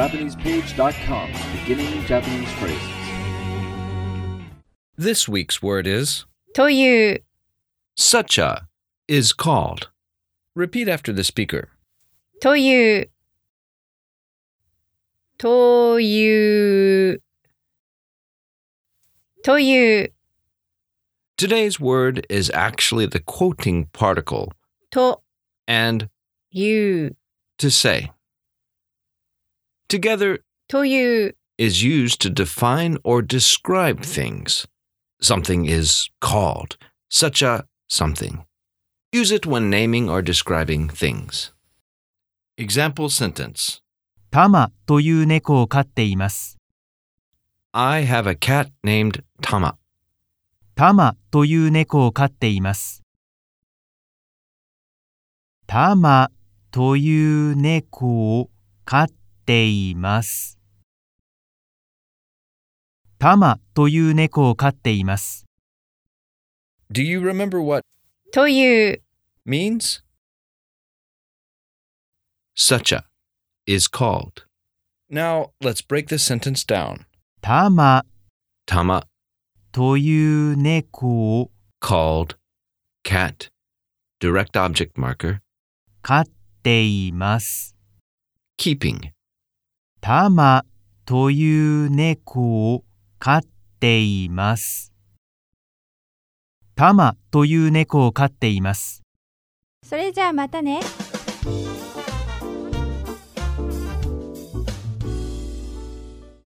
JapanesePage.com, beginning Japanese phrases. This week's word is という such a is called. Repeat after the speaker. というというという、 Today's word is actually the quoting particle と and いう、 to say. Together という、 is used to define or describe things. Something is called such a something. Use it when naming or describing things. Example sentence タマという猫を飼っています。 I have a cat named Tama. タマという猫を飼っています。タマという猫を飼っています。タマという猫を飼っています。 Do you remember what という、 means? Such a is called. Now let's break this sentence down. タマ Tama という猫を called cat. Direct object marker. 飼っています。 Keeping. タマという猫を飼っています。タマという猫を飼っています。それじゃあまたね。